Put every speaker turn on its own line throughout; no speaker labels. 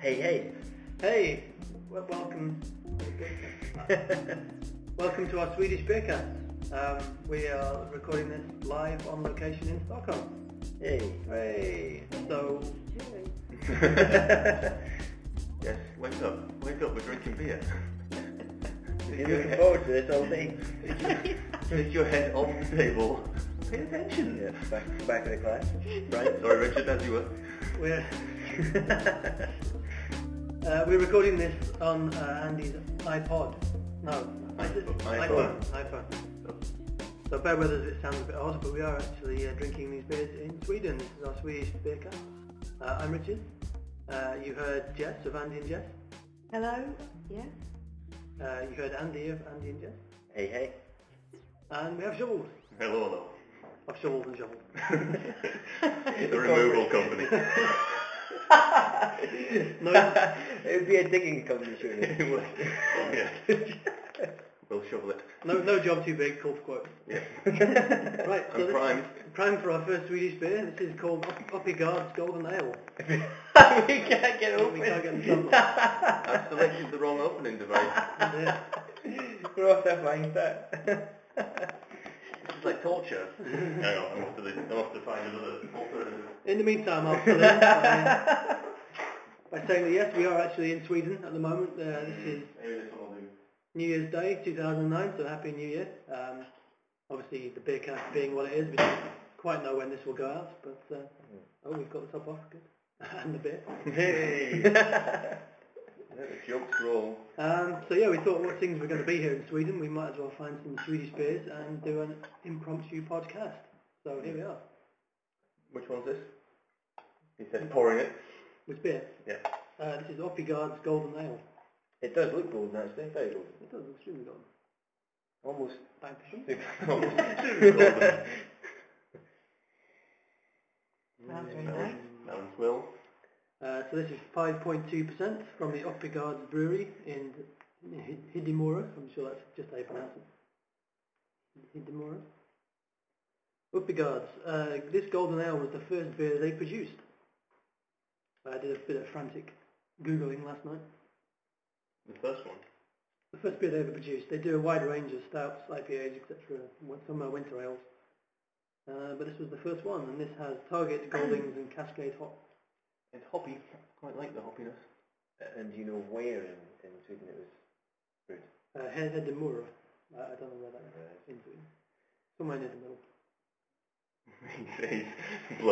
Hey, hey.
Hey, well, welcome. welcome to our Swedish beer cast. Um, we are recording this live on location in Stockholm.
Hey.
Hey, so
Yes, wake up, wake up, we're drinking beer.
You're looking forward to this all day.
Take your head off the table. Pay attention.
Yeah, back, back of the class.
Right, sorry Richard, as you were.
we're uh, we're recording this on uh, Andy's iPod. No, is it?
iPhone.
iPhone. So bear with us if it sounds a bit odd, but we are actually uh, drinking these beers in Sweden. This is our Swedish beer cup. Uh, I'm Richard. Uh, you heard Jess of Andy and Jess.
Hello? Yeah?
Uh, you heard Andy of Andy and Jess.
Hey, hey.
And we have shovels.
Hello,
I've shovels and shovels.
hello. The removal company.
No,
it would be a digging company, surely.
yeah. We'll shovel it.
no, no job too big, call for quote.
Yeah.
Right, so
I'm
this-
primed.
prime for our first Swedish beer. This is called Op- Oppigard's Golden Ale.
we can't get
We can't get in trouble.
I've selected the wrong opening device.
Yeah.
We're off that flying start.
This is like torture. Hang on, I'm off to, the, I'm off to find another alternative.
In the meantime, I'll fill in by, by saying that yes, we are actually in Sweden at the moment. Uh, this is
Maybe this one will do.
New Year's Day 2009, so Happy New Year. Um, obviously, the beer cast being what it is, we don't quite know when this will go out, but uh, oh, we've got the top off, good. and the beer.
Hey! Let the jokes roll.
Um, so yeah, we thought what things were going to be here in Sweden, we might as well find some Swedish beers and do an impromptu podcast. So here we are,
Which one's this? He said pouring it.
with beer.
Yeah.
Uh, this is Oppigard's Golden Ale.
It does look golden, actually. Very golden.
It does look extremely golden.
Almost.
Bang for shot.
Golden.
Sounds very nice.
Melons, melons will.
Uh, so this is 5.2% from the Oppigard's Brewery in Hi- Hidimora. I'm sure that's just how you pronounce it. Hidimora. Oppigard's. Uh, this golden ale was the first beer they produced. I did a bit of frantic googling last night.
The first one.
The first beer they ever produced. They do a wide range of stouts, IPAs, etc. win- Some are winter ales. Uh, but this was the first one, and this has Target, Goldings, and Cascade Hop.
It's hoppy. Quite like the hoppiness.
And do you know where in, in Sweden it was brewed?
Uh, Head Head and Mura. I, I don't know where that uh, is. In between. Somewhere near the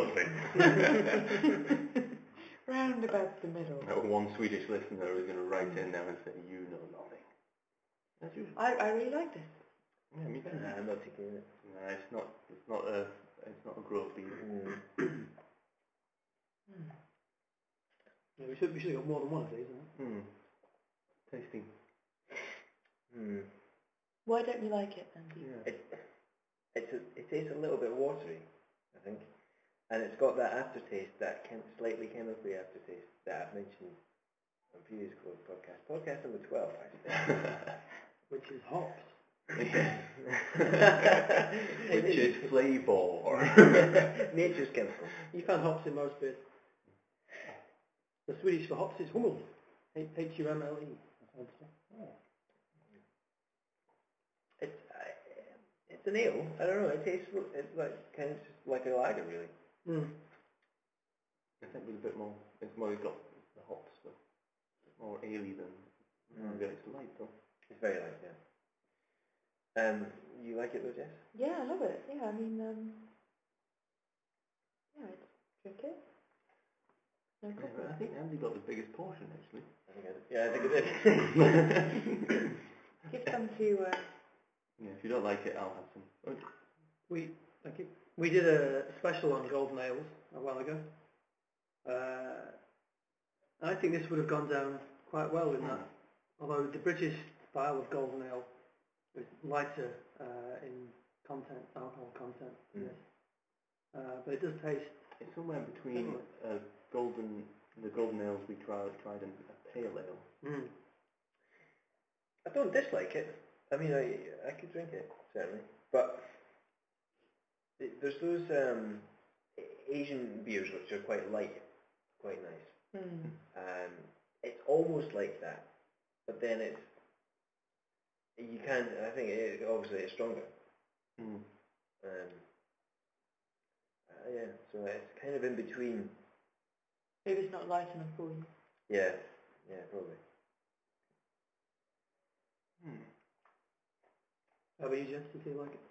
middle.
He's bluffing.
Round about the middle.
Now, one Swedish listener is going to write in now and say, you know nothing. That's you.
I, I really like this.
Yeah, me too.
Nah, I'm not taking it.
Nah, it's not, it's not a, it's not a growth beer.
Mm.
Yeah, we should we should have got more than one of these, isn't
Hmm. Tasty.
Mm.
Why don't you like it, Andy?
Yeah.
It, it's a, it tastes a little bit watery, I think. And it's got that aftertaste, that chem- slightly chemically aftertaste that I've mentioned on previous co- podcast. Podcast number 12, actually.
Which is hops.
Which is flavour.
Nature's chemical.
You found hops in most beers. The Swedish for hops is hummel. H- H-U-M-L-E.
It's, I, it's an ale. I don't know. It tastes l- it's like kind of just like a lager, really.
Mm.
I think with a bit more, it's more got the hops, but more aily than
Mm.
yeah, it's light though.
It's very light, yeah. Um, you like it though, Jess?
Yeah, I love it. Yeah, I mean, um, yeah, I'd drink it. No problem.
I think Andy got the biggest portion actually.
I think I did. Yeah, I think it did.
Give some to, uh,
Yeah, if you don't like it, I'll have some. Oh,
We thank you. We did a special on golden ales a while ago. Uh, I think this would have gone down quite well in that. Although the British style of golden ale is lighter uh, in content, alcohol content. than
Mm.
this. Uh, but it does taste
It's somewhere between a uh, golden the golden ales we tried, tried in a pale ale.
Mm.
I don't dislike it. I mean, I I could drink it certainly, but it- there's those um, A- Asian beers which are quite light, quite nice.
Mm.
Um, it's almost like that, but then it's you can. I think it, obviously it's stronger.
Mm.
Um, uh, yeah, so it's kind of in between.
Maybe it's not light enough for you.
Yeah, yeah, probably.
How about you, Jess? Do you like it?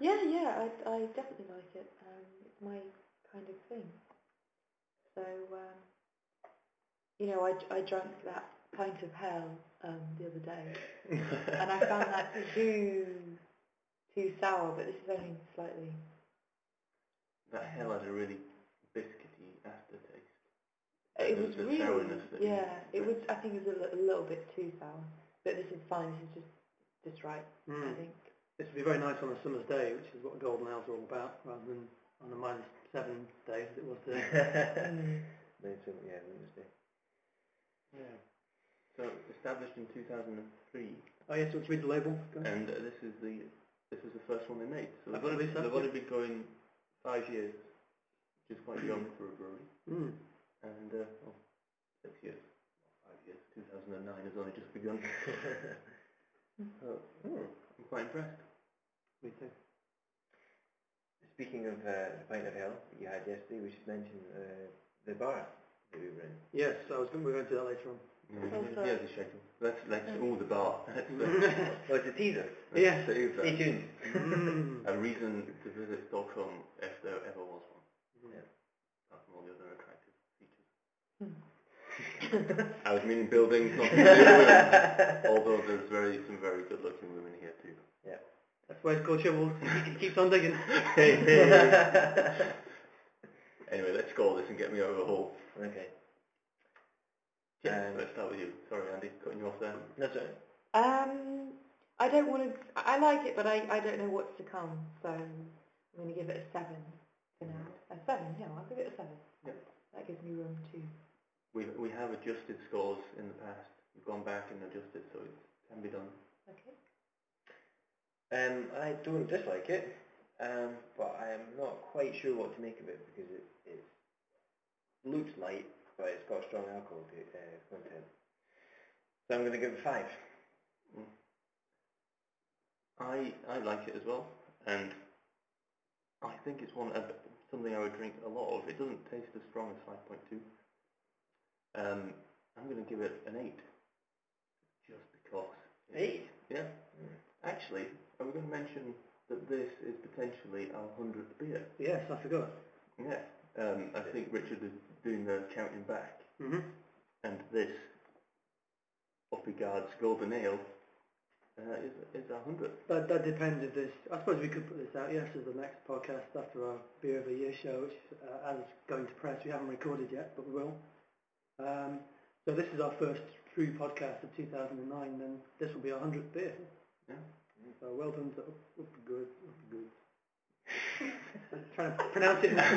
Yeah, yeah, I, I definitely like it. Um, it's my kind of thing. So, um, you know, I, I drank that pint of hell um, the other day,
Hmm.
and I found that too too sour. But this is only slightly.
that hell had a really biscuity aftertaste.
It
The-
was
the
really
sourness that you-
yeah. It was. I think it was a, li- a little bit too sour. But this is fine. This is just just right. I
Mm.
think.
This would be very nice on a summer's day, which is what golden hours are all about, rather than on a minus seven day as it was today.
Mm.
Maybe some- yeah, Wednesday.
yeah.
So established in 2003,
Oh yes, do you want to read the label? Go on.
and uh, this is the this is the first one they made. So
I
they've only,
believe so,
they've
yeah.
only been going five years, which is quite young for a brewery.
Mm.
And uh, well, six years, five years. 2009 has only just begun. so, hmm, I'm quite impressed.
Me too.
Speaking of uh, the pint of hell that you had yesterday, we should mention uh, the bar that we were in.
Yes, I was going. We're going to do that later on.
Yeah,
Oh, sorry.
here's the schedule. That's that's all the bar. That's the-
Oh, it's a teaser.
that's
Yeah.
the teaser.
Stay tuned.
Mm.
a reason to visit Stockholm if there ever was one.
Mhm.
Yeah. Apart from all the other attractive features.
Hmm.
Hmm. I was meaning buildings, not women. Although there's very some very good looking women here too.
That's why it's called shovels. It keeps on digging.
Hey, hey. anyway, let's score this and get me over the hole.
okay.
Yeah,
Um,
let's start with you. Sorry, Andy, cutting you off there.
No, sorry.
Um, I don't want to. I like it, but I, I don't know what's to come, so I'm going to give it a seven for now. A seven, yeah, I'll give it a seven.
Yep.
That gives me room to.
We we have adjusted scores in the past. We've gone back and adjusted, so it can be done.
Okay.
Um, I don't dislike it, um, but I am not quite sure what to make of it because it, it looks light, but it's got strong alcohol to- uh, content. So I'm going to give it five.
I I like it as well, and I think it's one of- something I would drink a lot of. It doesn't taste as strong as five point two. Um, I'm going to give it an eight, just because.
Eight.
Yeah. Actually, I was going to mention that this is potentially our hundredth beer.
yes, I forgot.
Yeah. Um, I think Richard is doing the counting back,
Mm-hmm.
and this Oppigard's Golden Ale uh, is is our hundredth.
That that depends if this. I suppose we could put this out. Yes, as the next podcast after our beer of the year show, which uh, as going to press, we haven't recorded yet, but we will. Um, so this is our first true podcast of 2009, and this will be our hundredth beer.
Yeah.
So well done to up, up good, up good. I'm trying to pronounce it. now.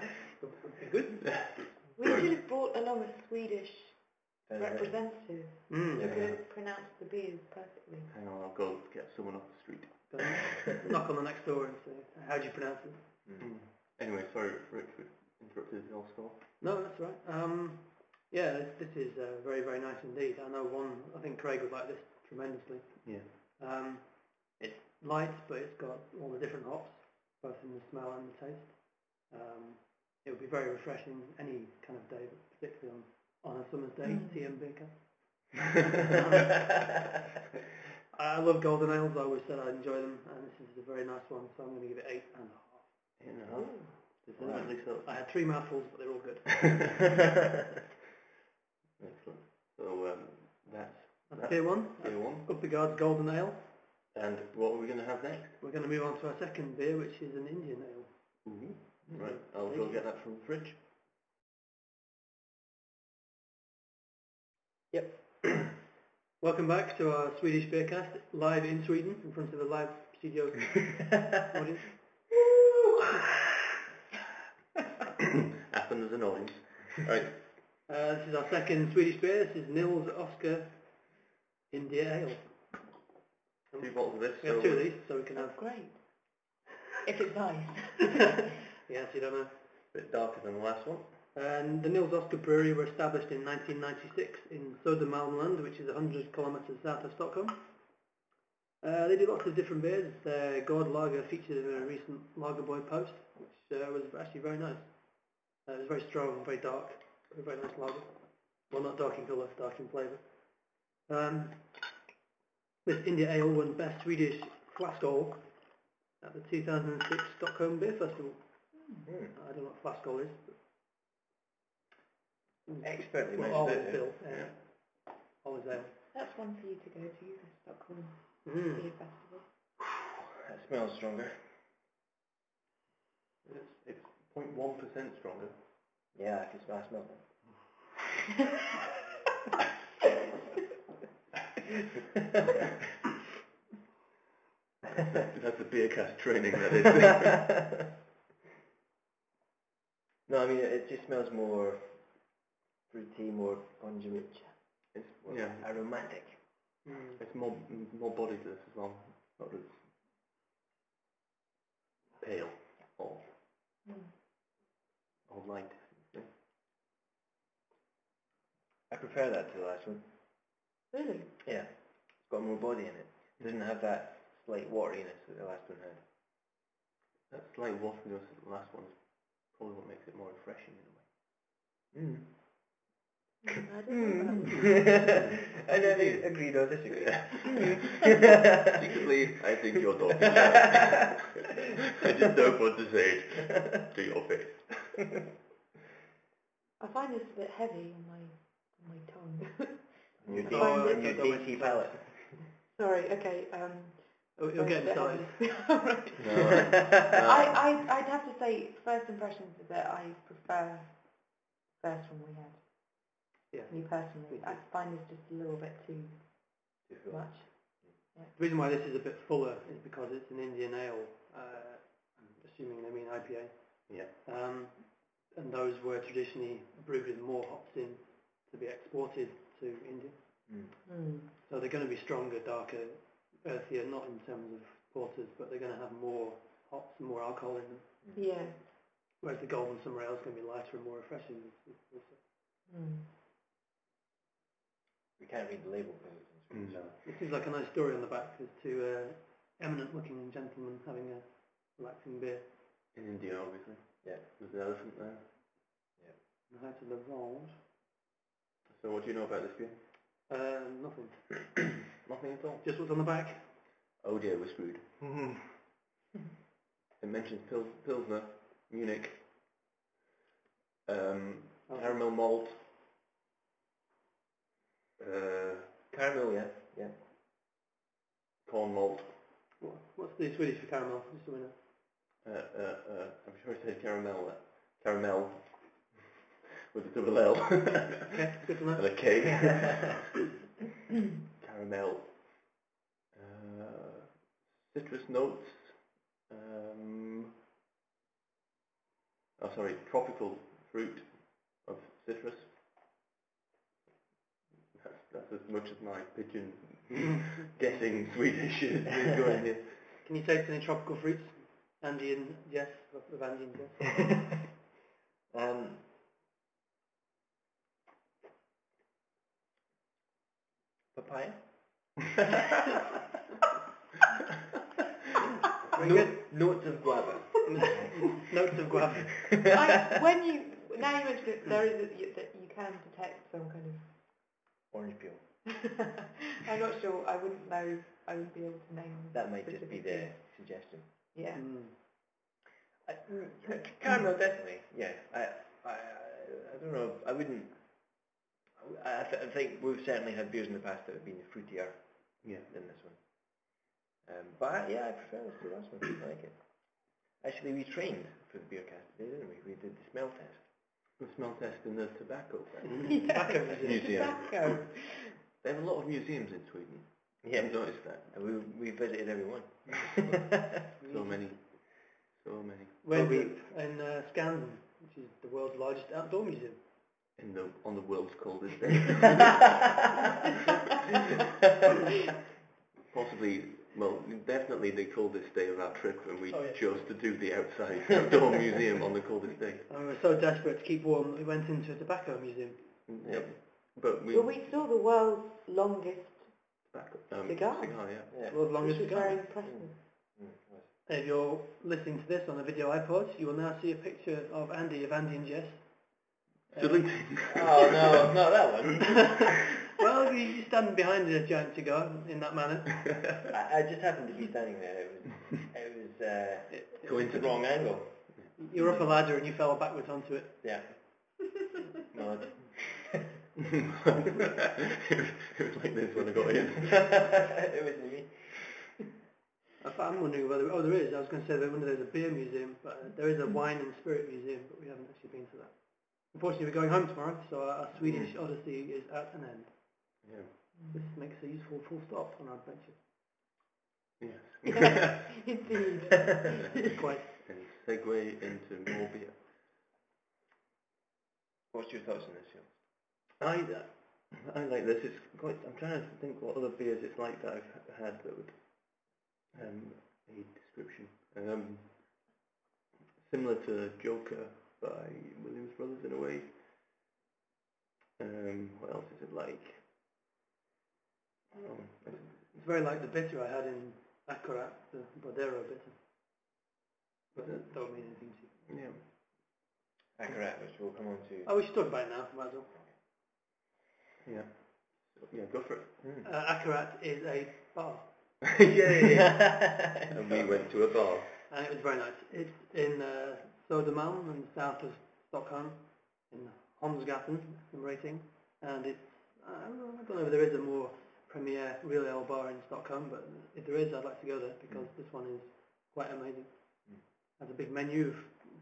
Up good.
We should have brought along a Swedish
Uh,
representative who
Mm.
could pronounce the beers perfectly.
Hang on, I'll go get someone off the street.
Go Knock on the next door and say, "How do you pronounce it?"
Mm. Anyway, sorry, Rich, we interrupted your score.
No, that's all right. Um, yeah, this, this is uh, very, very nice indeed. I know one, I think Craig would like this tremendously.
Yeah.
Um, it's light, but it's got all the different hops, both in the smell and the taste. Um, it would be very refreshing any kind of day, but particularly on, on a summer's day,
Mm.
tea and beer. I love golden ales. I always said I enjoy them, and this is a very nice one, so I'm going to give it eight and a half.
Eight and a
Oh,
half. Definitely so.
I had three mouthfuls, but they're all good.
Excellent. So um, that's
That's beer one.
beer one.
Up the guards, golden ale.
And what are we going to have next?
We're going to move on to our second beer, which is an Indian ale. Mm-hmm.
Right, I'll go get that from the fridge.
Welcome back to our Swedish Beercast, live in Sweden, in front of the live studio Uh, audience.
Happen as an audience. Right,
Uh, this is our second Swedish beer. This is Nils Oscar India Ale.
Two bottles of this.
We have
so
two of these, so we can have.
That's great. If it's nice.
yes, you don't know.
A bit darker than the last one.
And the Nils Oscar Brewery were established in 1996 in Södermalmland, which is 100 kilometres south of Stockholm. Uh, they do lots of different beers. Their Gord Lager featured in a recent Lager Boy post, which uh, was actually very nice. Uh, it was very strong, very dark, a very nice lager. Well, not dark in colour, dark in flavour. Um, this India Ale won Best Swedish Flask Ale at the 2006 Stockholm Beer Festival.
hmm,
Mm.
I don't know what Flask Ale is,
Expertly
well,
made.
always
isn't Mm. it?
built, yeah. Always there.
That's one for you to go to, the Stockholm Beer
Mm.
Festival.
That smells stronger.
It's, it's 0.1% stronger.
Yeah, I can smell, I smell that.
That's the beer cast training that is.
no, I mean, it, it just smells more fruity, more spongy, rich,
it's,
more
yeah,
aromatic.
Mm.
it's more more body to this as well. Not as pale or
Mm.
or light.
I prefer that to the last one.
Really?
Yeah. It's got more body in it. It doesn't have that slight wateriness that the last one had.
That slight wateriness of the last one's probably what makes it more refreshing in a way.
Mm.
Mm, I don't know
Hmm.
about
Hmm.
and then they agreed or disagreed.
Secretly, I think you're talking. I just don't want to say it to your face.
I find this a bit heavy on my on my tongue.
Mm.
Your dainty,
Oh,
your
it's always-
dainty palate.
Sorry. Okay. Um,
Oh, You're getting started.
started.
Uh.
I, I, I'd have to say first impressions is that I prefer the first one we had.
Yeah.
Me personally, I find this just a little bit too much.
The reason why this is a bit fuller is because it's an Indian ale, uh, I'm assuming they mean IPA.
Yeah.
Um, and those were traditionally brewed with more hops in to be exported to India.
Mm.
So they're going to be stronger, darker, earthier, not in terms of porters, but they're going to have more hops and more alcohol in them.
Yeah.
Whereas the Golden Summer Ale is going to be lighter and more refreshing.
Mm.
We can't read the label because it's in Swedish.
No.
It seems like a nice story on the back. There's two uh, eminent-looking gentlemen having a relaxing beer.
In India, obviously.
Yeah.
There's an elephant there.
And how to Lavange?
So what do you know about this beer?
Uh, nothing.
Nothing at all.
Just what's on the back.
Oh dear, we're screwed. It mentions Pil- Pilsner, Munich, um,
Oh.
caramel malt, uh,
Caramel, yeah. Yeah.
corn malt.
What, what's the Swedish for caramel? Just so we know.
Uh, uh, uh, I'm sure it said caramel. there. Caramel with a double L
Okay, good to
and
know.
a K. caramel, uh, citrus notes. Um, oh, sorry, tropical fruit of citrus. That's, that's as much as my pigeon guessing Swedish is is going here.
Can you taste any tropical fruits? Andean, yes. Of Andean, yes.
um, papaya?
good.
notes of guava.
Notes of guava.
I, when you now you mention it, there is a, you, that you can detect some kind
Orange peel.
of. I'm not sure. I wouldn't know. I wouldn't be able to name.
That might just be
specific
the
things.
suggestion.
Yeah.
Mm.
I, caramel, definitely. Yeah. I, I, I don't know. I wouldn't. I, I, th- I think we've certainly had beers in the past that have been fruitier
Yeah.
than this one. Um, but I, yeah, I prefer this to the last one. I like it. Actually, we trained for the beer cast today, didn't we? We did the smell test.
The smell test and the tobacco test.
Tobacco
That's
museum.
museum.
Tobacco.
They have a lot of museums in Sweden.
Yeah.
I've noticed that.
And we, we visited every one.
So many. So many.
Where
Well,
we in uh, Scandon, which is the world's largest outdoor museum.
in the on the world's coldest day. Possibly, well, definitely the coldest day of our trip, and we
Oh, yeah.
chose to do the outside outdoor museum on the coldest day.
And we were so desperate to keep warm that we went into a tobacco museum.
Yep. But we,
Well, we saw the world's longest,
um,
cigar.
yeah.
Yeah.
Well, as long
which
as we
was
got.
very impressive.
Mm, nice.
If you're listening to this on a video iPod, you will now see a picture of Andy, of Andy and Jess.
Delete.
Oh no, not that one.
Well, you you stand behind the giant cigar in that manner.
I, I just happened to be standing there. It was, it was uh, it was the
Coincidence.
wrong angle.
You're up a ladder and you fell backwards onto it.
Yeah. Nod.
it was like this when I got in.
it was me.
I fa- I'm wondering whether oh there is. I was going to say that wonder there's a beer museum, but uh, there is
Hmm.
a wine and spirit museum, but we haven't actually been to that. Unfortunately, we're going home tomorrow, so our, our Swedish
Hmm.
odyssey is at an end.
Yeah.
This makes a useful full stop on our adventure.
Yes.
Mm.
Indeed.
Quite.
and segue into more beer.
What's your thoughts on this, Sean?
I, I like this. It's quite. I'm trying to think what other beers it's like that I've had that would um, need description. Um, similar to Joker by Williams Brothers in a way. Um, what else is it like? Oh,
It's very like the bitter I had in Akarat, the Bodero bitter. But that don't mean anything to you.
yeah.
Akarat, which we'll come on to.
Oh, we should talk about it now. Might as well.
Yeah. Yeah, go for it.
Uh, Akarat is a bar,
Yay! and we went to a bar.
and Uh, it was very nice. It's in uh, Södermalm, in the south of Stockholm, in Holmsgatan, number 18. And it's, I don't know- I don't know if there is a more premier real ale bar in Stockholm, but if there is, I'd like to go there because this one is quite amazing. Has a big menu of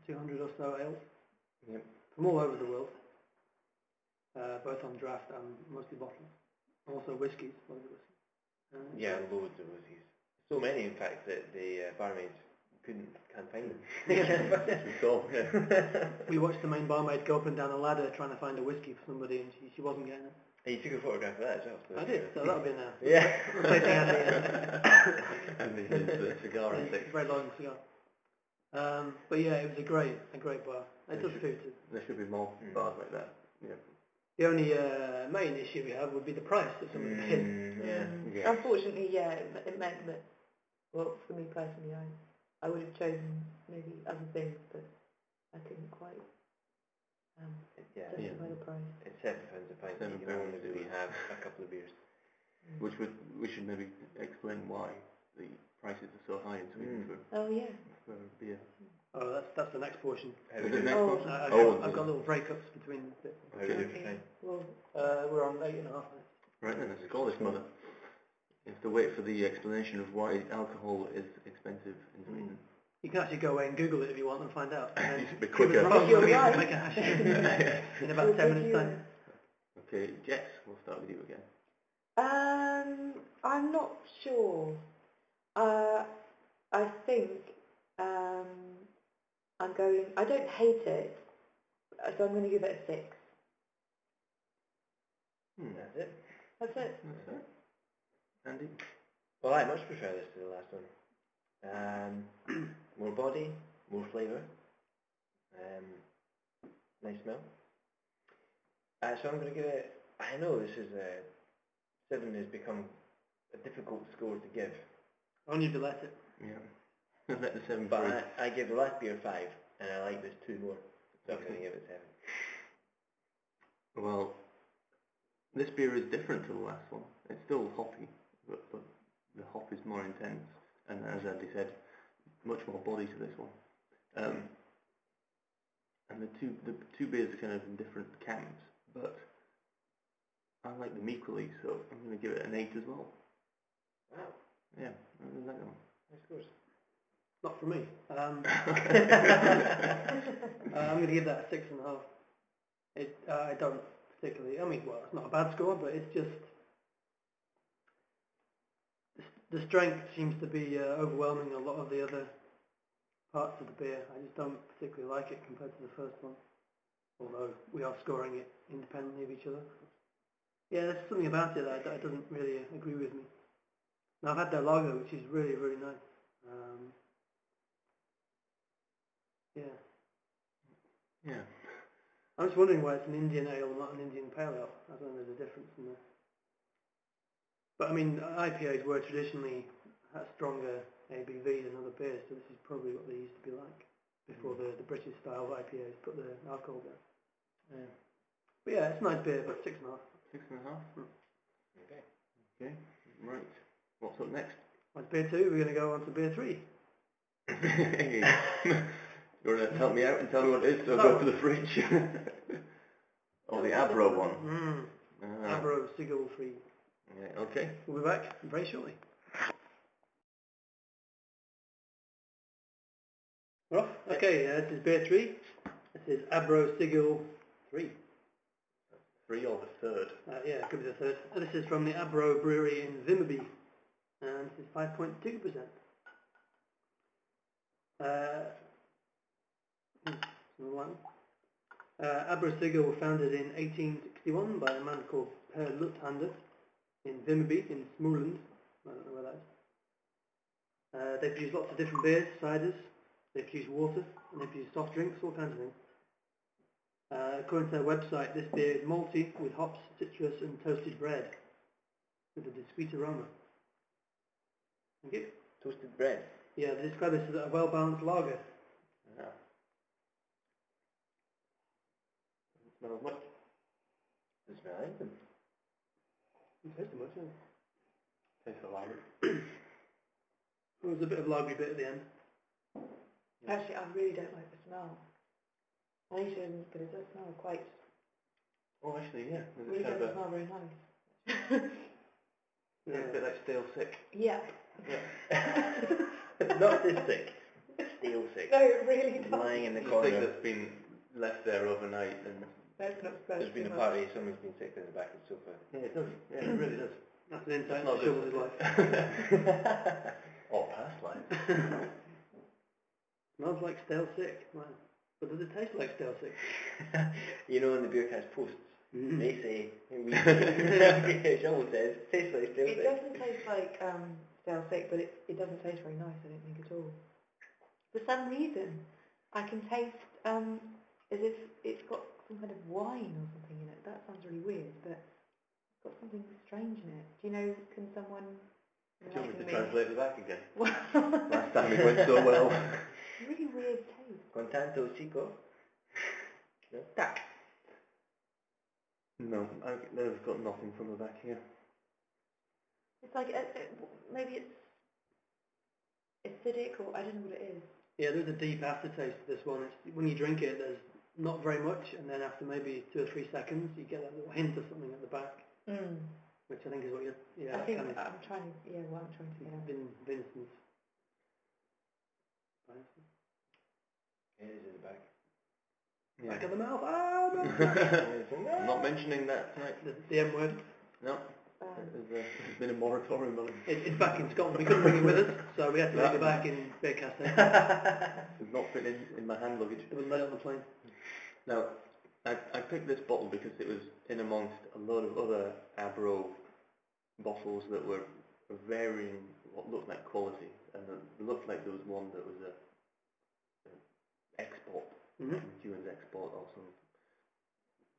200 or so ales
Yep.
from all over the world, uh, both on draft and mostly bottled. Also whiskies, loads of whiskey. Uh,
Yeah, loads of roses. So many, in fact, that the uh, barmaids couldn't can't find them.
We saw, yeah.
We watched the main barmaid go up and down a ladder trying to find a whiskey for somebody, and she, she wasn't getting it.
And you took a photograph of that as well. so-
I did, so that'll be now.
Yeah.
Replacing Andy,
and his uh, cigar, I
uh,
think.
very long cigar. Um, but yeah, it was a great, a great bar. It does suit it.
There should be more bars like that. Yeah.
The only uh, main issue we have would be the price of some of the beers.
Mm, yeah.
Mm.
Yeah.
Unfortunately, yeah, it, me- it meant that, well, for me personally, I, I would have chosen maybe other things, but I couldn't quite um,
Yeah.
justify the price.
It's seven pounds a pint.
Seven
you can only
pounds,
really
yeah.
have a couple of beers.
Mm.
Which would we should maybe explain why the prices are so high in Sweden
Mm.
Oh, yeah.
for, for beer.
Oh, that's, that's the next portion.
How
Is
would
it
you,
next
Oh.
one?
I, I've,
Oh,
got, I've got little breakups between the bits.
how would you
Okay.
define?
Well,
Uh, we're on eight and a half minutes.
Right then, let's call this mother. You have to wait for the explanation of why alcohol is expensive in Sweden.
You can actually go away and Google it if you want and find out. And then
It'd be
if it's
quicker.
wrong,
If you're
we can
right.
make a hash in about
we'll
ten
give
minutes
you
time.
a-
Okay, Jess, we'll start with you again.
Um, I'm not sure. Uh, I think um, I'm going. I don't hate it, uh, so I'm going to give it a six.
Hmm.
That's it.
That's it.
That's it. Andy?
Well, I much prefer this to the last one. Um, more body, more flavour, um, nice smell. Uh, so I'm going to give it. I know this is a seven has become a difficult score to give,
Only if you let it.
Yeah. Let the seven
but
free.
I, I give the last beer five, and I like this two more, so I'm going to give it seven.
Well, this beer is different to the last one. It's still hoppy, but, but the hop is more intense, and as Andy said, much more body to this one. Um, and the two the two beers are kind of in different camps, but I like them equally, so I'm going to give it an eight as well.
Wow,
Yeah, I really like
nice scores.
Not for me. Um,
that one.
Uh, I'm going to give that a six and a half. It, uh, I don't particularly. I mean, well, it's not a bad score, but it's just the strength seems to be uh, overwhelming a lot of the other parts of the beer. I just don't particularly like it compared to the first one. although we are scoring it independently of each other. Yeah, there's something about it that, that doesn't really agree with me. Now I've had their lager, which is really, really nice. Um, yeah.
Yeah.
I was wondering why it's an Indian ale, not an Indian pale ale. I don't know there's a difference in there. But I mean, IPAs were traditionally had stronger ABVs than other beers, so this is probably what they used to be like before the, the British style of IPAs put the alcohol down.
Yeah.
But yeah, it's a nice beer, but six and a half.
Six and a half.
Okay.
Okay. Right. What's up next?
That's beer two. We're going to go on to beer three.
you want to help me out and tell me what it is? So
Oh.
go for the fridge. or the Abro one.
Mm.
Ah,
Abro Sigil three.
yeah, okay.
We'll be back very shortly. We're off. Okay, uh, this is beer three. This is Abro Sigil three.
Three or the third.
Uh, yeah, it could be the third. Uh, This is from the Abro Brewery in Vimmerby, and this is 5.2%. Uh, hmm, another one. Uh, Abro Sigil was founded in 1861 by a man called Per Luthander in Vimmerby in Småland. I don't know where that is. Uh, they produce lots of different beers, ciders, they produce water, and they produce soft drinks, all kinds of things. Uh, according to their website, this beer is malty with hops, citrus, and toasted bread with a discreet aroma. Thank you.
Toasted bread.
Yeah, they describe this as a well-balanced lager.
Yeah. Doesn't smell as much.
Doesn't smell anything.
It tastes much, doesn't it?
Tastes of lager.
There was a bit of lager bit at the end.
Actually, I really don't like the smell. I usually don't like it, it does smell quite,
Oh, actually, yeah. Does it
really
have
doesn't
a,
smell very nice.
yeah, it's a bit like stale sick?
yeah.
Yeah. Not this thick. Steel thick.
No, it really does.
Lying in the
You think
corner.
that's been left there overnight and...
That's not supposed
There's
to
been a
be
party, someone's been sick, there's a back of the
Yeah, it does. Yeah, it really does.
That's an insight
Not
into
good.
Shovel's life.
sofa.
or past life.
Smells like stale sick. Wow. But does it taste like stale sick?
you know, in the beer cast posts, they say, we, Shovel says, tastes like steel
It
thick.
doesn't taste like um, stale steak, but it, it doesn't taste very nice, I don't think at all. For some reason, I can taste um, as if it's got some kind of wine or something in it. That sounds really weird, but it's got something strange in it. Do you know, can someone...
Do you want me to
enlighten me?
translate it back again?
Well,
Last time it went so well.
really weird taste.
Con tanto chico.
That.
No, I, they've got nothing from the back here.
It's like, uh, uh, maybe it's acidic or I don't know what it is.
Yeah, there's a deep aftertaste to this one. It's, when you drink it, there's not very much, and then after maybe two or three seconds, you get that little hint of something at the back,
Mm.
which I think is what you're... Yeah,
I think
kind of-
I'm trying to, yeah, well, I'm trying to get out.
Vin- Vincent. Vincent.
It is in the back.
Back of the mouth. Ah, no.
I'm not mentioning that tonight.
the, the M word.
No,
Um,
there's, a, there's been a moratorium on it.
It, it's back in Scotland. We couldn't bring it with us, so we had to bring
Yeah.
it back in Bedcaster.
It's not fit in, in my hand luggage.
They wouldn't let it on the plane.
Now, I, I picked this bottle because it was in amongst a lot of other Abro bottles that were of varying what looked like quality, and it looked like there was one that was a, a export,
Mhm.
due as export or some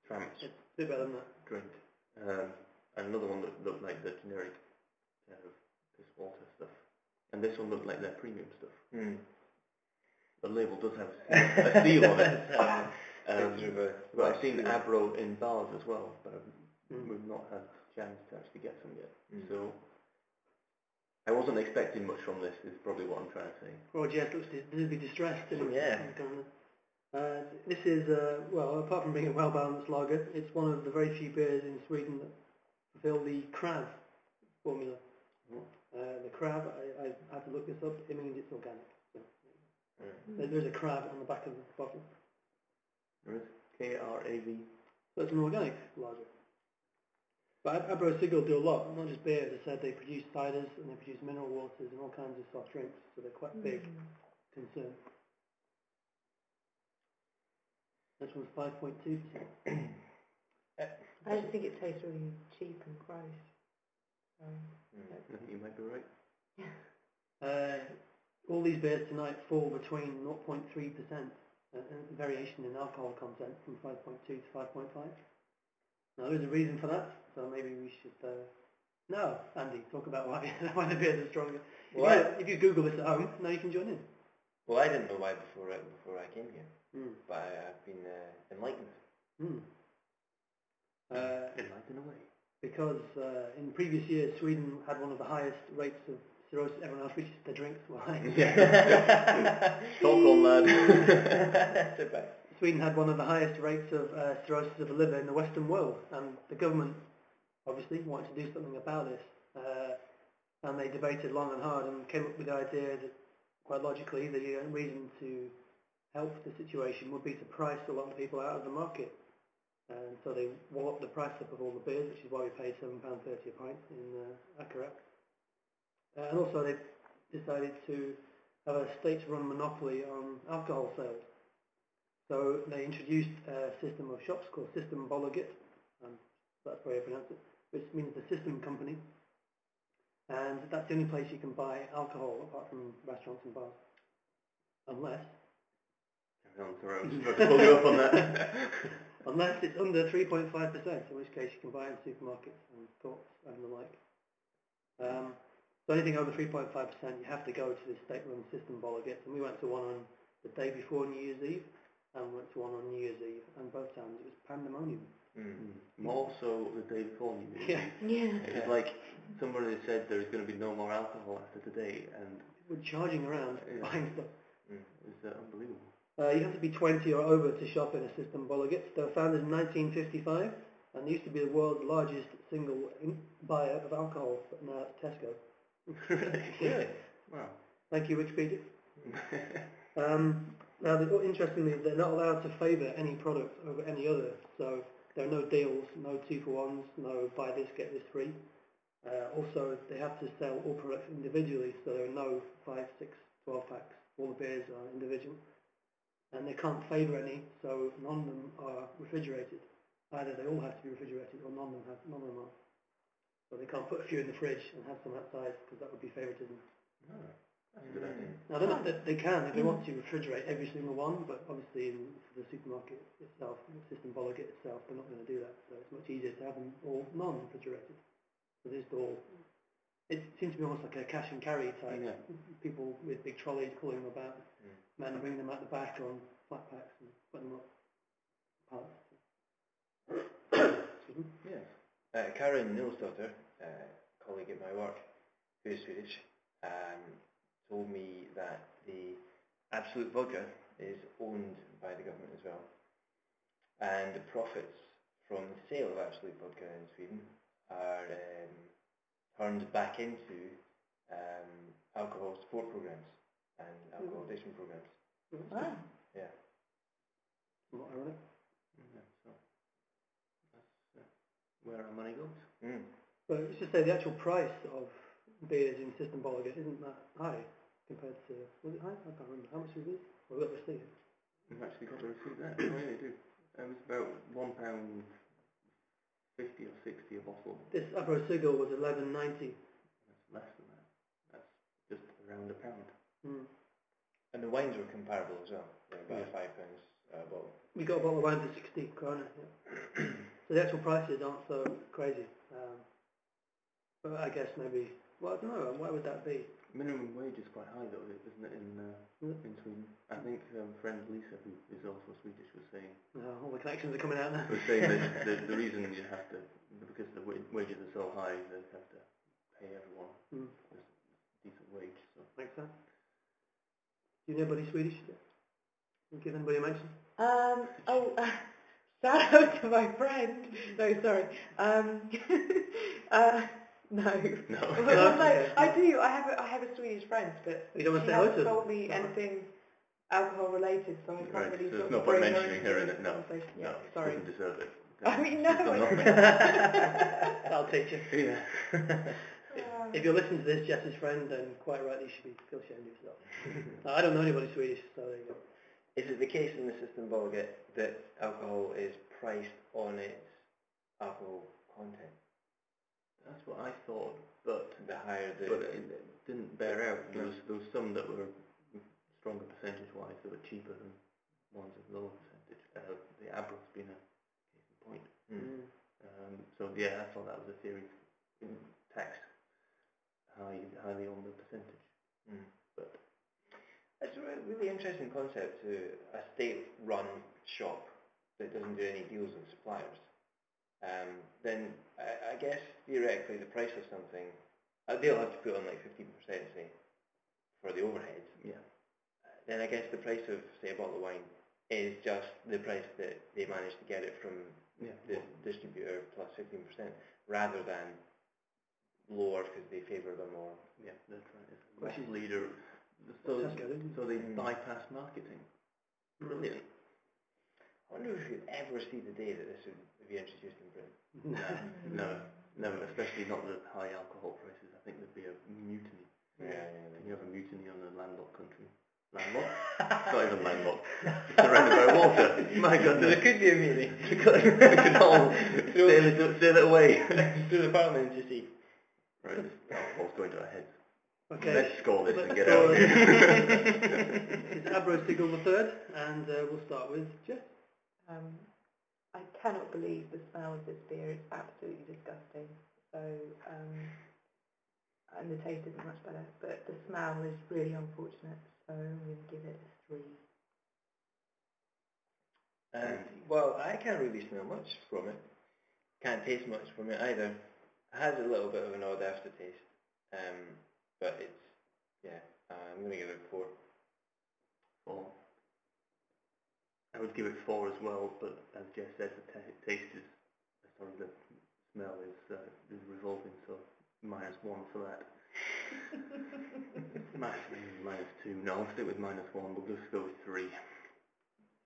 tramps
It's a bit better than that.
drink, um, and another one that looked like the generic uh, this water stuff, and this one looked like their premium stuff.
Hmm.
The label does have a seal, a seal on it.
Um,
Um,
picture of a-
But I've seen Abro in bars as well, but
Mm.
we've not had a chance to actually get some yet.
Mm.
So I wasn't expecting much from this. Is probably what I'm trying to say.
Roger yes, looks dis- visibly distressed. In
Yeah.
in Canada. Uh, this is, uh, well, apart from being a well-balanced lager, it's one of the very few beers in Sweden that fulfill the crab formula.
Mm.
Uh, the crab, I, I had to look this up, it means it's organic. So,
Mm.
there- There's a crab on the back of the bottle.
There is K R A V.
So it's an organic lager. But Ab- Abro Sigil do a lot, not just beer. As I said, they produce ciders and they produce mineral waters and all kinds of soft drinks,
Um, hmm.
so they're quite big
mm.
concern. This one's five point two percent.
I just think it tastes really cheap and gross. Um,
I think you might be right.
Uh, all these beers tonight fall between 0.3% uh, uh, variation in alcohol content from 5.2 to 5.5. Now there's a reason for that, so maybe we should. Uh, no, Andy, talk about why why the beers are stronger. If you-
Why?
If you Google this at home, now you can join in.
Well, I didn't know why before I, before I came here,
Mm.
but I, I've been uh, enlightened.
Mm. Uh,
Enlighten away.
because uh, in previous years Sweden had one of the highest rates of cirrhosis. Everyone else wishes their drinks were high.
Talk on, lad. Sit back.
Sweden had one of the highest rates of uh, cirrhosis of the liver in the Western world, and the government obviously wanted to do something about this. Uh, and they debated long and hard and came up with the idea that, quite logically, the uh, reason to help the situation would be to price a lot of people out of the market. And so they walloped the price up of all the beers, which is why we paid £7.30 a pint in uh, Akarak. Uh, and also they decided to have a state-run monopoly on alcohol sales. So they introduced a system of shops called System Bolaget, um, that's the way I pronounce it, which means the system company. And that's the only place you can buy alcohol apart from restaurants and bars. Unless,
Carry on, sorry, I was trying to pull you up on that.
unless it's under 3.5%, in which case you can buy in supermarkets and courts and the like. Um, so anything over 3.5%, you have to go to this state-run System Bolaget. And we went to one on the day before New Year's Eve and went to one on New Year's Eve. And both times it was pandemonium.
Mm.
More so the day before New Year's.
Yeah.
yeah.
It
Yeah.
was like somebody said there's going to be no more alcohol after today, and
We're charging around
Yeah.
buying stuff.
it's uh, unbelievable.
Uh, you have to be 20 or over to shop in a system Bolligett. They were founded in 1955 and they used to be the world's largest single in- buyer of alcohol, but now it's Tesco.
really?
Yeah.
Wow.
Thank you, Wikipedia. Um, now, they- interestingly, they're not allowed to favour any product over any other, so there are no deals, no two-for-ones, no buy this, get this free. Uh, also, they have to sell all products individually, so there are no 5, 6, 12 packs. All the beers are individual. And they can't favour any, so none of them are refrigerated. Either they all have to be refrigerated or none of them, have, none of them are. So they can't put a few in the fridge and have some outside, because that would be favouritism.
That's a good idea.
Now, they're not, that they can if they want to refrigerate every single one, but obviously in the supermarket itself, the system Bolliget itself, they're not going to do that. So it's much easier to have them all non-refrigerated. So they're just all, it seems to be almost like a cash and carry type.
Yeah.
People with big trolleys pulling them about, men bringing them out the back on flat packs and putting them up. pallets. Excuse me.
Yes. Uh, Karen Neil's daughter, uh, colleague at my work, who is Swedish, um, told me that the Absolute Vodka is owned by the government as well. And the profits from the sale of Absolute Vodka in Sweden are um, turned back into um, alcohol support programs and alcohol addiction programs.
Wow.
Yeah.
Not ironic.
Yeah, so that's uh, where our money goes.
Mm.
But let's just say the actual price of beers in System Bolliger isn't that high compared to, was it high? I can't remember. How much was it? Well, we've got the receipt.
We've actually got the receipt there. Oh, yeah, you do. It was about one pound fifty or sixty a bottle.
This Aperol Sigil was 11.90.
That's less than that. That's just around a pound.
Mm.
And the wines were comparable as well. They're about
Yeah.
five pounds a bottle.
We got a bottle of wine for 60 krona. Yeah. so the actual prices aren't so crazy. Um, but I guess maybe, well, I don't know. Why would that be?
Minimum wage is quite high though, isn't it, in uh,
Mm.
in Sweden? I think um, friend Lisa, who is also Swedish, was saying
No, all the connections are coming out now.
was saying that the, the reason you have to because the wa- wages are so high, they have to pay everyone
Mm.
a decent wage. So
Makes sense. Do you know anybody Swedish? Can you give anybody a mention?
Um, oh, uh, shout out to my friend. No, sorry. Um, uh, no.
no,
But,
No.
like, I do. I have a, I have a Swedish friend, but
You don't want
she
to say hello to
hasn't
them?
told me
No.
anything alcohol related, so I can't
Right,
really.
so there's
sort
no
of
point
bring her
mentioning her
into
in it,
the
no,
conversation.
no,
Yeah,
she
sorry. Oh,
doesn't deserve it.
I mean,
She's
no.
done nothing.
That'll teach you.
yeah.
Um,
If you're listening to this, Jess's friend, then quite rightly you should be feel ashamed of yourself. No, I don't know anybody Swedish, so there you go.
Is it the case in the system Volga that alcohol is priced on its alcohol content?
That's what I thought, but
The higher the
but it didn't bear out. There
No.
was, there was some that were stronger percentage-wise that were cheaper than ones with lower percentage. Uh, the Abro's been a case in point.
Mm.
Um, so yeah, I thought that was a theory in text, high, highly on the percentage.
It's a re- really interesting concept to a state-run shop that doesn't do any deals with suppliers. Um, then I, I guess theoretically the price of something, uh, they'll have to put on like 15% say for the overheads.
Yeah.
Then I guess the price of say a bottle of wine is just the price that they managed to get it from
Yeah.
the distributor plus 15% rather than lower because they favour them or
Yeah, that's right. It's a
Which
loss
is-
leader. So,
Tesco, didn't
so they
Mm.
bypass marketing. Brilliant.
I wonder if we'd ever see the day that this would be introduced in Britain.
No, no, no, especially not the high alcohol prices. I think there'd be a mutiny. Can
Yeah, yeah.
you have a mutiny on a landlocked country? Landlocked? Not even landlocked. Surrounded by water. My
There
goodness.
could be a meeting.
we can all sail it, sail it away.
Through the parliament, you see.
right, this alcohol's going to our heads.
Okay,
Let's score this and
Let's
get out
score
of here.
it's Abro Sigal the third, and uh, we'll start with Jeff.
Um, I cannot believe the smell of this beer. It's absolutely disgusting. So, um, and the taste isn't much better, but the smell is really unfortunate. So I'm going to give it a three.
Um, well, I can't really smell much from it. Can't taste much from it either. It has a little bit of an odd aftertaste. Um, but it's, yeah, uh, I'm going to give it a four.
Four. I would give it four as well, but as Jeff said, the ta- taste is, sorry, the smell is, uh, is revolving, so minus one for that. minus, minus two. No, I'll stick with minus one. We'll just go with three.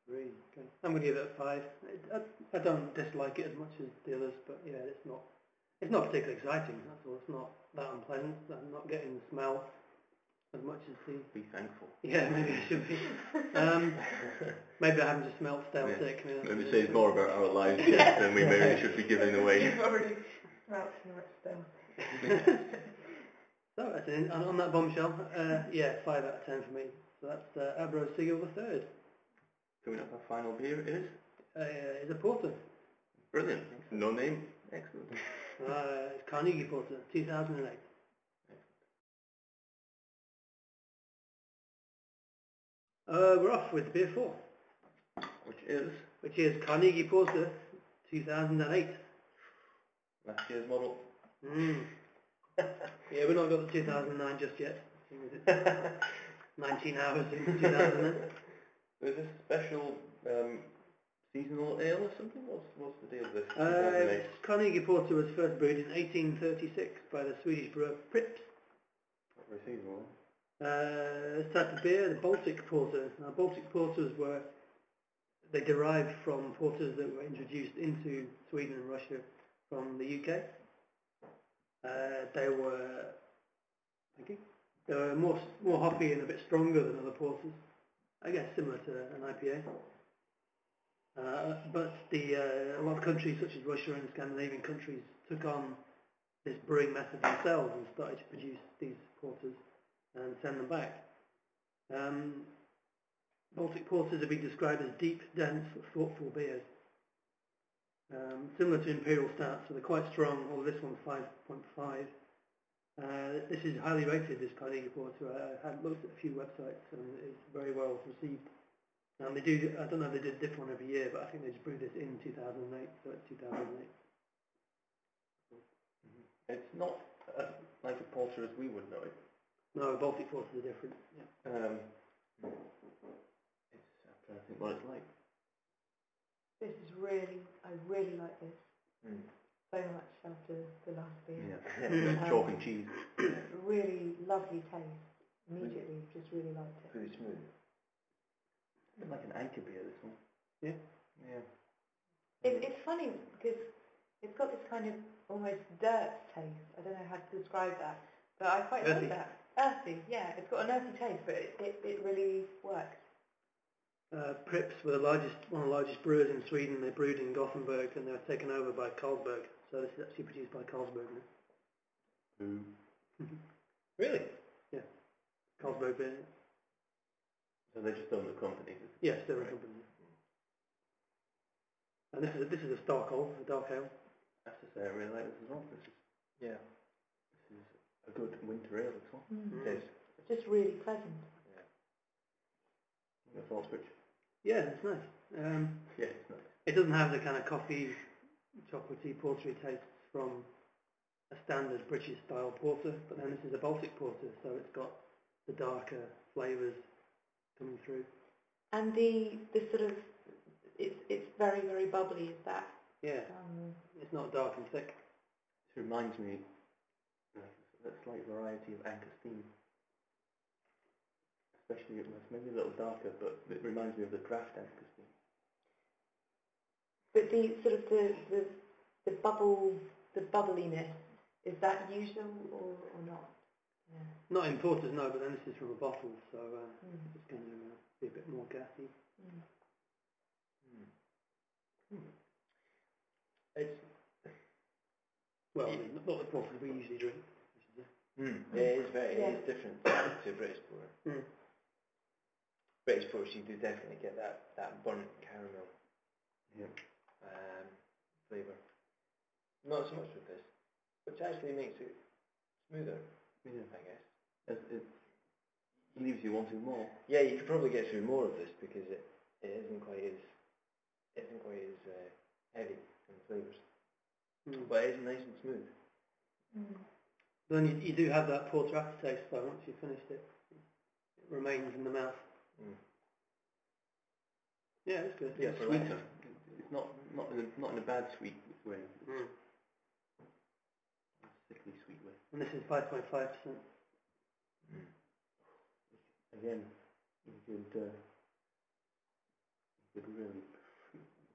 Three. Okay. I'm going to give it a five. I, I, I don't dislike it as much as the others, but yeah, it's not it's not particularly exciting. That's all. It's not that unpleasant. I'm not getting the smell as much as the
Be thankful.
yeah. Maybe I should be.
Uh,
Um, maybe I haven't just smelled stale
Yeah.
dick. Maybe, that's
Maybe
it.
it says more about our lives Jeff, than we maybe should be giving away.
You've already smelt too much stuff.
So that's an, and on that bombshell, uh, yeah, five out of ten for me. So that's uh, Abro Siegel the third.
Coming up, our final beer is
Uh, is a porter.
brilliant. No name. Excellent.
Uh, it's Carnegie Porter, 2008. Uh, we're off with beer four,
Which is
which is Carnegie Porter, 2008.
last year's model.
Mm. yeah, we've not got the 2009 just yet. Seeing as it's 19 hours into 2009.
Was this special um, seasonal ale or something? What's, what's the deal with this?
Uh,
2008?
Carnegie Porter was first brewed in 1836 by the Swedish brewer Prips.
Not very seasonal.
Uh, this type of beer, the Baltic porter. Now, Baltic porters were they derived from porters that were introduced into Sweden and Russia from the UK. Uh, they were, thank you. They were more more hoppy and a bit stronger than other porters. I guess similar to an IPA. Uh, but the uh, a lot of countries such as Russia and Scandinavian countries took on this brewing method themselves and started to produce these porters and send them back. Um, Baltic porters have been described as deep, dense, thoughtful beers. Um, similar to imperial stouts, so they're quite strong, although this one's 5.5. Uh, this is highly rated, this Carnegie Porter. I I had looked at a few websites and it's very well received. And they do, I don't know if they did a different one every year, but I think they just brewed this in 2008, so it's 2008.
It's not uh, like a porter as we would know it.
No, Baltic porters are different. Yeah.
Um, it's, I'm trying to think what it's like.
This is really, I really like this
Mm.
so much after the last beer.
Yeah.
Um,
Chalk and cheese.
Really lovely taste. Immediately, just really liked it.
Pretty smooth.
A bit like an anchor beer, this one.
Yeah.
Yeah.
It, it's funny because it's got this kind of almost dirt taste. I don't know how to describe that, but I quite
Earthy.
like that. Earthy, yeah. It's got an earthy taste, but it, it, it really works.
Uh, Prips were the largest, one of the largest brewers in Sweden. They brewed in Gothenburg and they were taken over by Carlsberg. So this is actually produced by Carlsberg now.
Who?
Really?
Carlsberg beer.
So they just own the company.
Yes, they're a company. And this is a, this is a dark ale, a dark ale.
I have to say, I really like this as well. This is,
Yeah.
this is a good winter ale as well.
Mm.
It is.
Just really pleasant.
The Falsbridge.
Yeah, it's nice. Um,
Yeah, it's nice.
it doesn't have the kind of coffee, chocolatey, portery tastes from a standard British style porter, but then this is a Baltic porter, so it's got the darker flavours coming through.
And the the sort of it's it's very very bubbly. Is that
Yeah,
um,
it's not dark and thick.
This reminds me of a slight variety of Angostura. Especially, it was maybe a little darker, but it reminds me of the draft Angostura.
but the sort of the, the the bubble the bubbliness is that usual or, or not? Yeah.
Not in porters, no, but then this is from a bottle, so uh,
Mm.
it's going to uh, be a bit more gassy.
Mm.
It's,
Well, I mean, not the porters we usually drink. I should say.
Yeah, it is very,
Yeah.
it is different to British Porter.
Mm.
British Porter, you do definitely get that, that burnt caramel
Yeah.
um, flavour. Not so much with this, which actually makes it smoother,
Yeah.
I guess.
It, it leaves you wanting more.
Yeah, you could probably get through more of this because it, it isn't quite as isn't quite as uh, heavy in flavours,
Mm.
but it is nice and smooth.
Mm.
But then you, you do have that porter aftertaste, though, once you've finished it. It remains in the mouth.
Mm.
Hmm. Yeah, it's good.
Yeah,
It's
for
sweet.
later.
It's not not in a, not in a bad sweet way. It's
Mm.
a sickly sweet way.
And this is 5.5%.
Again, you could uh, you could really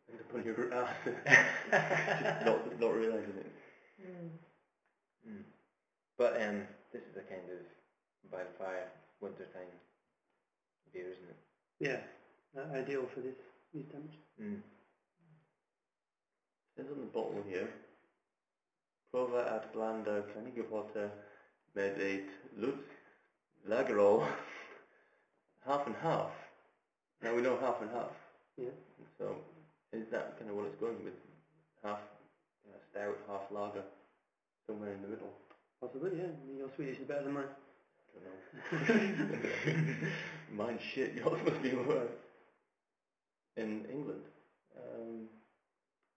end up on your ass, just not not realizing it.
Mm.
Mm. But um, this is a kind of by the fire winter time beer, isn't it?
Yeah, uh, ideal for this these temps.
Mm.
There's on the bottle here. Prova at blanda Königewasser med ett Lutz Lagerol. half and half. Now we know half and half.
Yeah.
So is that kind of what it's going with? Half you know, stout, half lager, somewhere in the middle.
Possibly, yeah. I mean, Your Swedish is better than mine.
I don't know. Mine's shit, yours must be worse. In England. Um,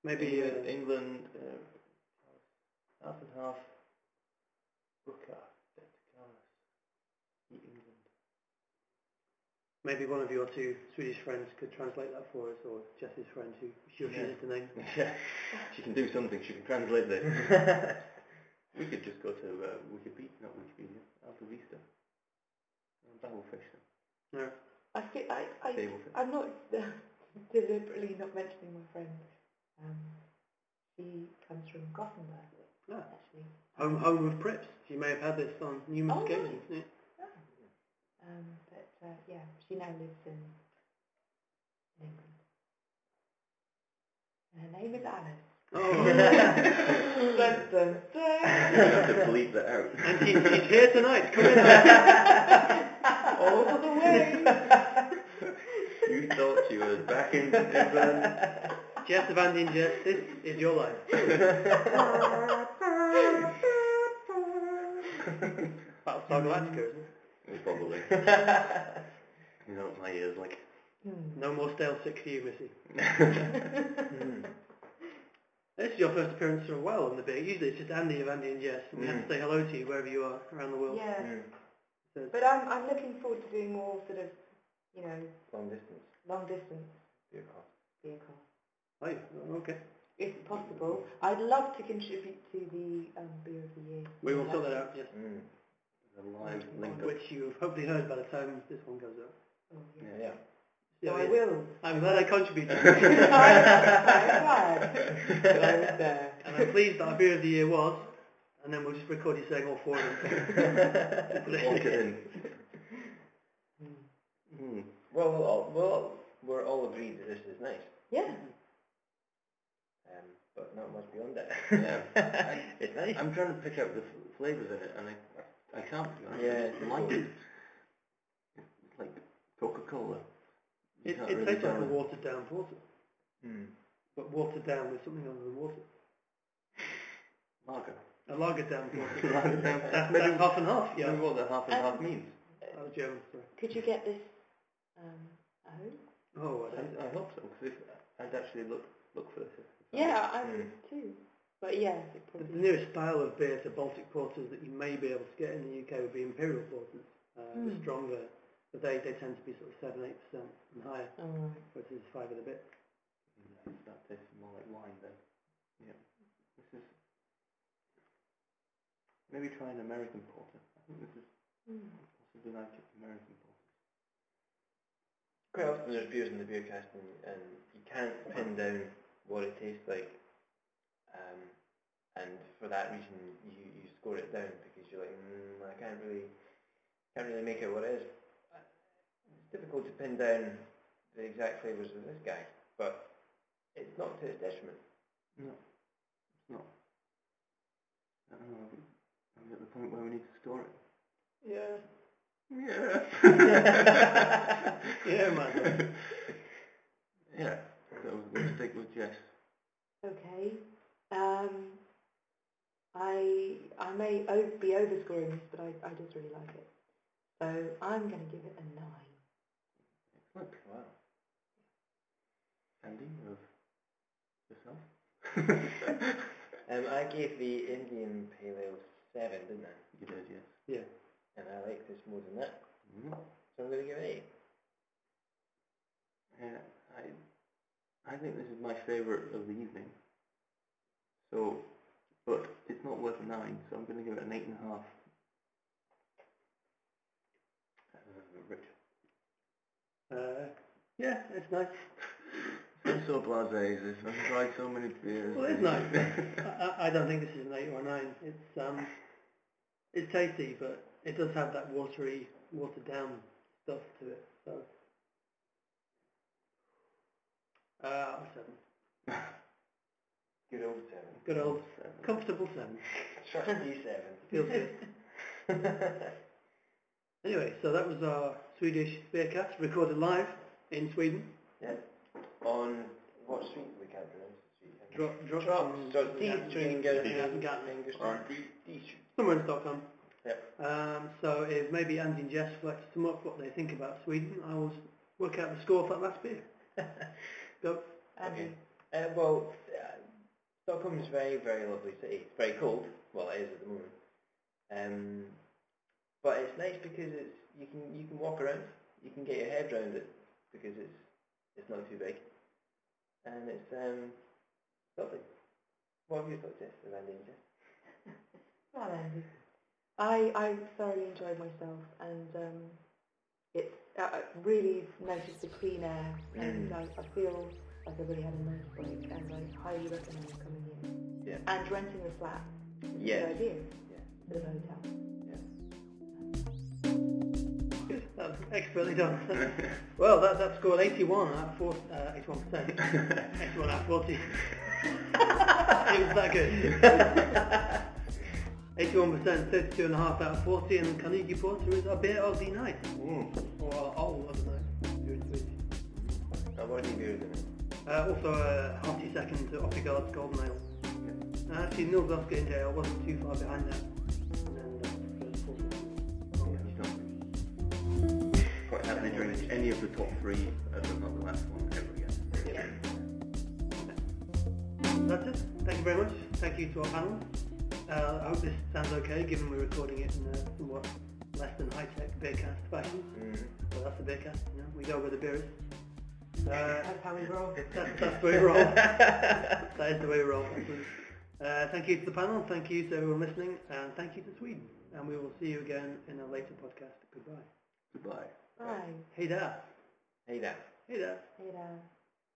Maybe uh,
England, England uh, half and half. Booker, England.
maybe one of your two Swedish friends could translate that for us, or Jess's friend who she refuses to name.
Yeah, she can do something. She can translate this. we could just go to uh, Wikipedia, not Wikipedia, Alta Vista. Uh, Babelfish.
No.
I feel, I, I,
Babelfish.
I'm not deliberately not mentioning my friend. Um, she comes from Gothenburg,
Ah.
actually.
Home, home of Prips. She may have had this on numerous
Oh,
occasions. Yeah.
Um, but uh, yeah, she now lives in, in England. And her name is Alice.
Oh,
dun, dun,
You have to
dun.
bleep that out.
and he's, he's here tonight. Come in. Alice.
All the way.
you thought you were back in England.
Jess of Andy and Jess, this is your life. Battlestar Galactica, isn't it?
Probably. you know, my ears like.
Hmm.
No more stale sick for you, Missy.
Mm.
This is your first appearance for a while on the beer. Usually it's just Andy of Andy and Jess, and we
Mm.
have to say hello to you wherever you are around the world.
yeah,
Mm.
So-
but I'm, I'm looking forward to doing more sort of, you know,
Long distance
long distance
beer cost.
vehicle.
Oh, okay.
if possible. I'd love to contribute to the um, beer of the year.
We will sort that out, yes.
Mm.
The live link up.
Which you've hopefully heard by the time this one goes up.
Oh, yeah.
Yeah.
Yeah,
So I
yeah.
will.
I'm glad I contributed.
I'm glad that I was there.
and I'm pleased that our beer of the year was. And then we'll just record you saying all four of them.
Walk it in.
Mm.
Hmm.
Well, we'll all, we'll all, we're all agreed that this is nice,
Yeah.
um, but not much beyond that.
Yeah.
it's nice.
I'm trying to pick out the f- flavours in it, and I, I can't. to be honest.
Yeah,
I
it's
just like
difficult.
it. It's like Coca-Cola. You
It,
can't
it
really
tastes like
tell
a
it.
watered down porter,
Mm.
but watered down with something other than water.
Lager.
A lager down porter.
Lager down.
That-
Maybe-
that's half and half,
Yeah.
yeah.
what the half and
Um,
half means.
That was German, sorry.
Could you get this um, at home?
Oh, I don't
I, I hope so, because I'd actually look look for this.
Yeah, I
Mm.
would too. But yeah, it
The
probably.
the nearest style of beer to Baltic porters that you may be able to get in the UK would be imperial porters, uh, the
Mm.
stronger. But they, they tend to be sort of seven, eight percent and higher,
Oh, right.
which is five and a bit.
That tastes more like wine then. Yeah. This is... Maybe try an American porter. I think this is
Mm.
possibly like an American porter.
Quite often there's beers in the beer cast and, and you can't pin down what it tastes like. Um, and for that reason, you, you score it down because you're like, mm, I can't really, can't really make out what it is. It's difficult to pin down the exact flavours of this guy, but it's not to his detriment.
It's not... I don't know, are we, are we at the point where we need to store it?
Yeah.
Yeah.
Yeah, man.
yeah. So we'll stick with Jess.
Okay. Um, I I may o- be overscoring this, but I, I just really like it. So I'm going to give it a nine.
Look,
Wow.
Andy, of yourself.
Um, I gave the Indian Pale Ale 7, didn't I?
you did, yes.
And I like this more than that,
Mm.
so I'm going to give it 8.
Yeah, I, I think this is my favourite of the evening. So, but it's not worth a nine, so I'm going to give it an eight and a half. Uh, Rich.
Uh, yeah, it's nice.
I'm so blasé, this. I've tried so many beers.
Well, it's nice. I, I- I don't think this is an eight or a nine. It's um, it's tasty, but it does have that watery, watered down stuff to it. So, uh, seven.
Good old 7.
Good old comfortable seven.
Trusty
Feels good.
7.
Anyway, so that was our Swedish beer cast recorded live in Sweden.
Yeah. On what street? We can't pronounce the street. can we?
Drop, drop,
Drop- so D street, go to
yeah, Gatton.
English
Or
D D street.
somewhere in Stockholm.
Yep.
Um, so if maybe Andy and Jess would like to sum up what they think about Sweden, I will work out the score for that last beer. Go.
And
Okay. Uh, well, uh, Stockholm is a very, very lovely city. It's very cold. Well, it is at the moment. Um, but it's nice because it's you can you can walk around. You can get your head around it because it's it's not too big, and it's um lovely. What have you thought, Jess, of Andy and Jess?
Well, Andy. I, I thoroughly enjoyed myself and um, it's I I really noticed the clean air and
Mm.
I, I feel like I really had a nice break and I highly recommend coming here.
Yeah.
And renting the flat is a good idea
Um, Yeah.
for the hotel.
Good. That was expertly done. well, that, that scored 81 out of 40, uh, 81%. 81 out of 40. it was that good. 81%, 32 and a half out of 40, and Carnegie Porter is our beer of the night,
Mm.
or our all of the night. here in Sweden.
I've already viewed them.
Uh, also a hearty second to Oppigard's Golden Ale. Uh, actually, Neil Glasgow in jail wasn't too far behind that. And then uh, the first four.
Quite happily drink any of the top three, uh, but not the last one ever again.
That's it. Thank you very much. Thank you to our panel. Uh, I hope this sounds okay, given we're recording it in a somewhat less than high-tech beer cast fashion. Well, that's the beer cast, you know. We go where the beer is. Uh,
That's how we roll.
That's, that's the way we roll. that is the way we roll. absolutely. Uh, thank you to the panel, thank you to everyone listening, and thank you to Sweden. And we will see you again in a later podcast. Goodbye.
Goodbye.
Bye.
Hey there.
Hey there.
Hey there.
Later.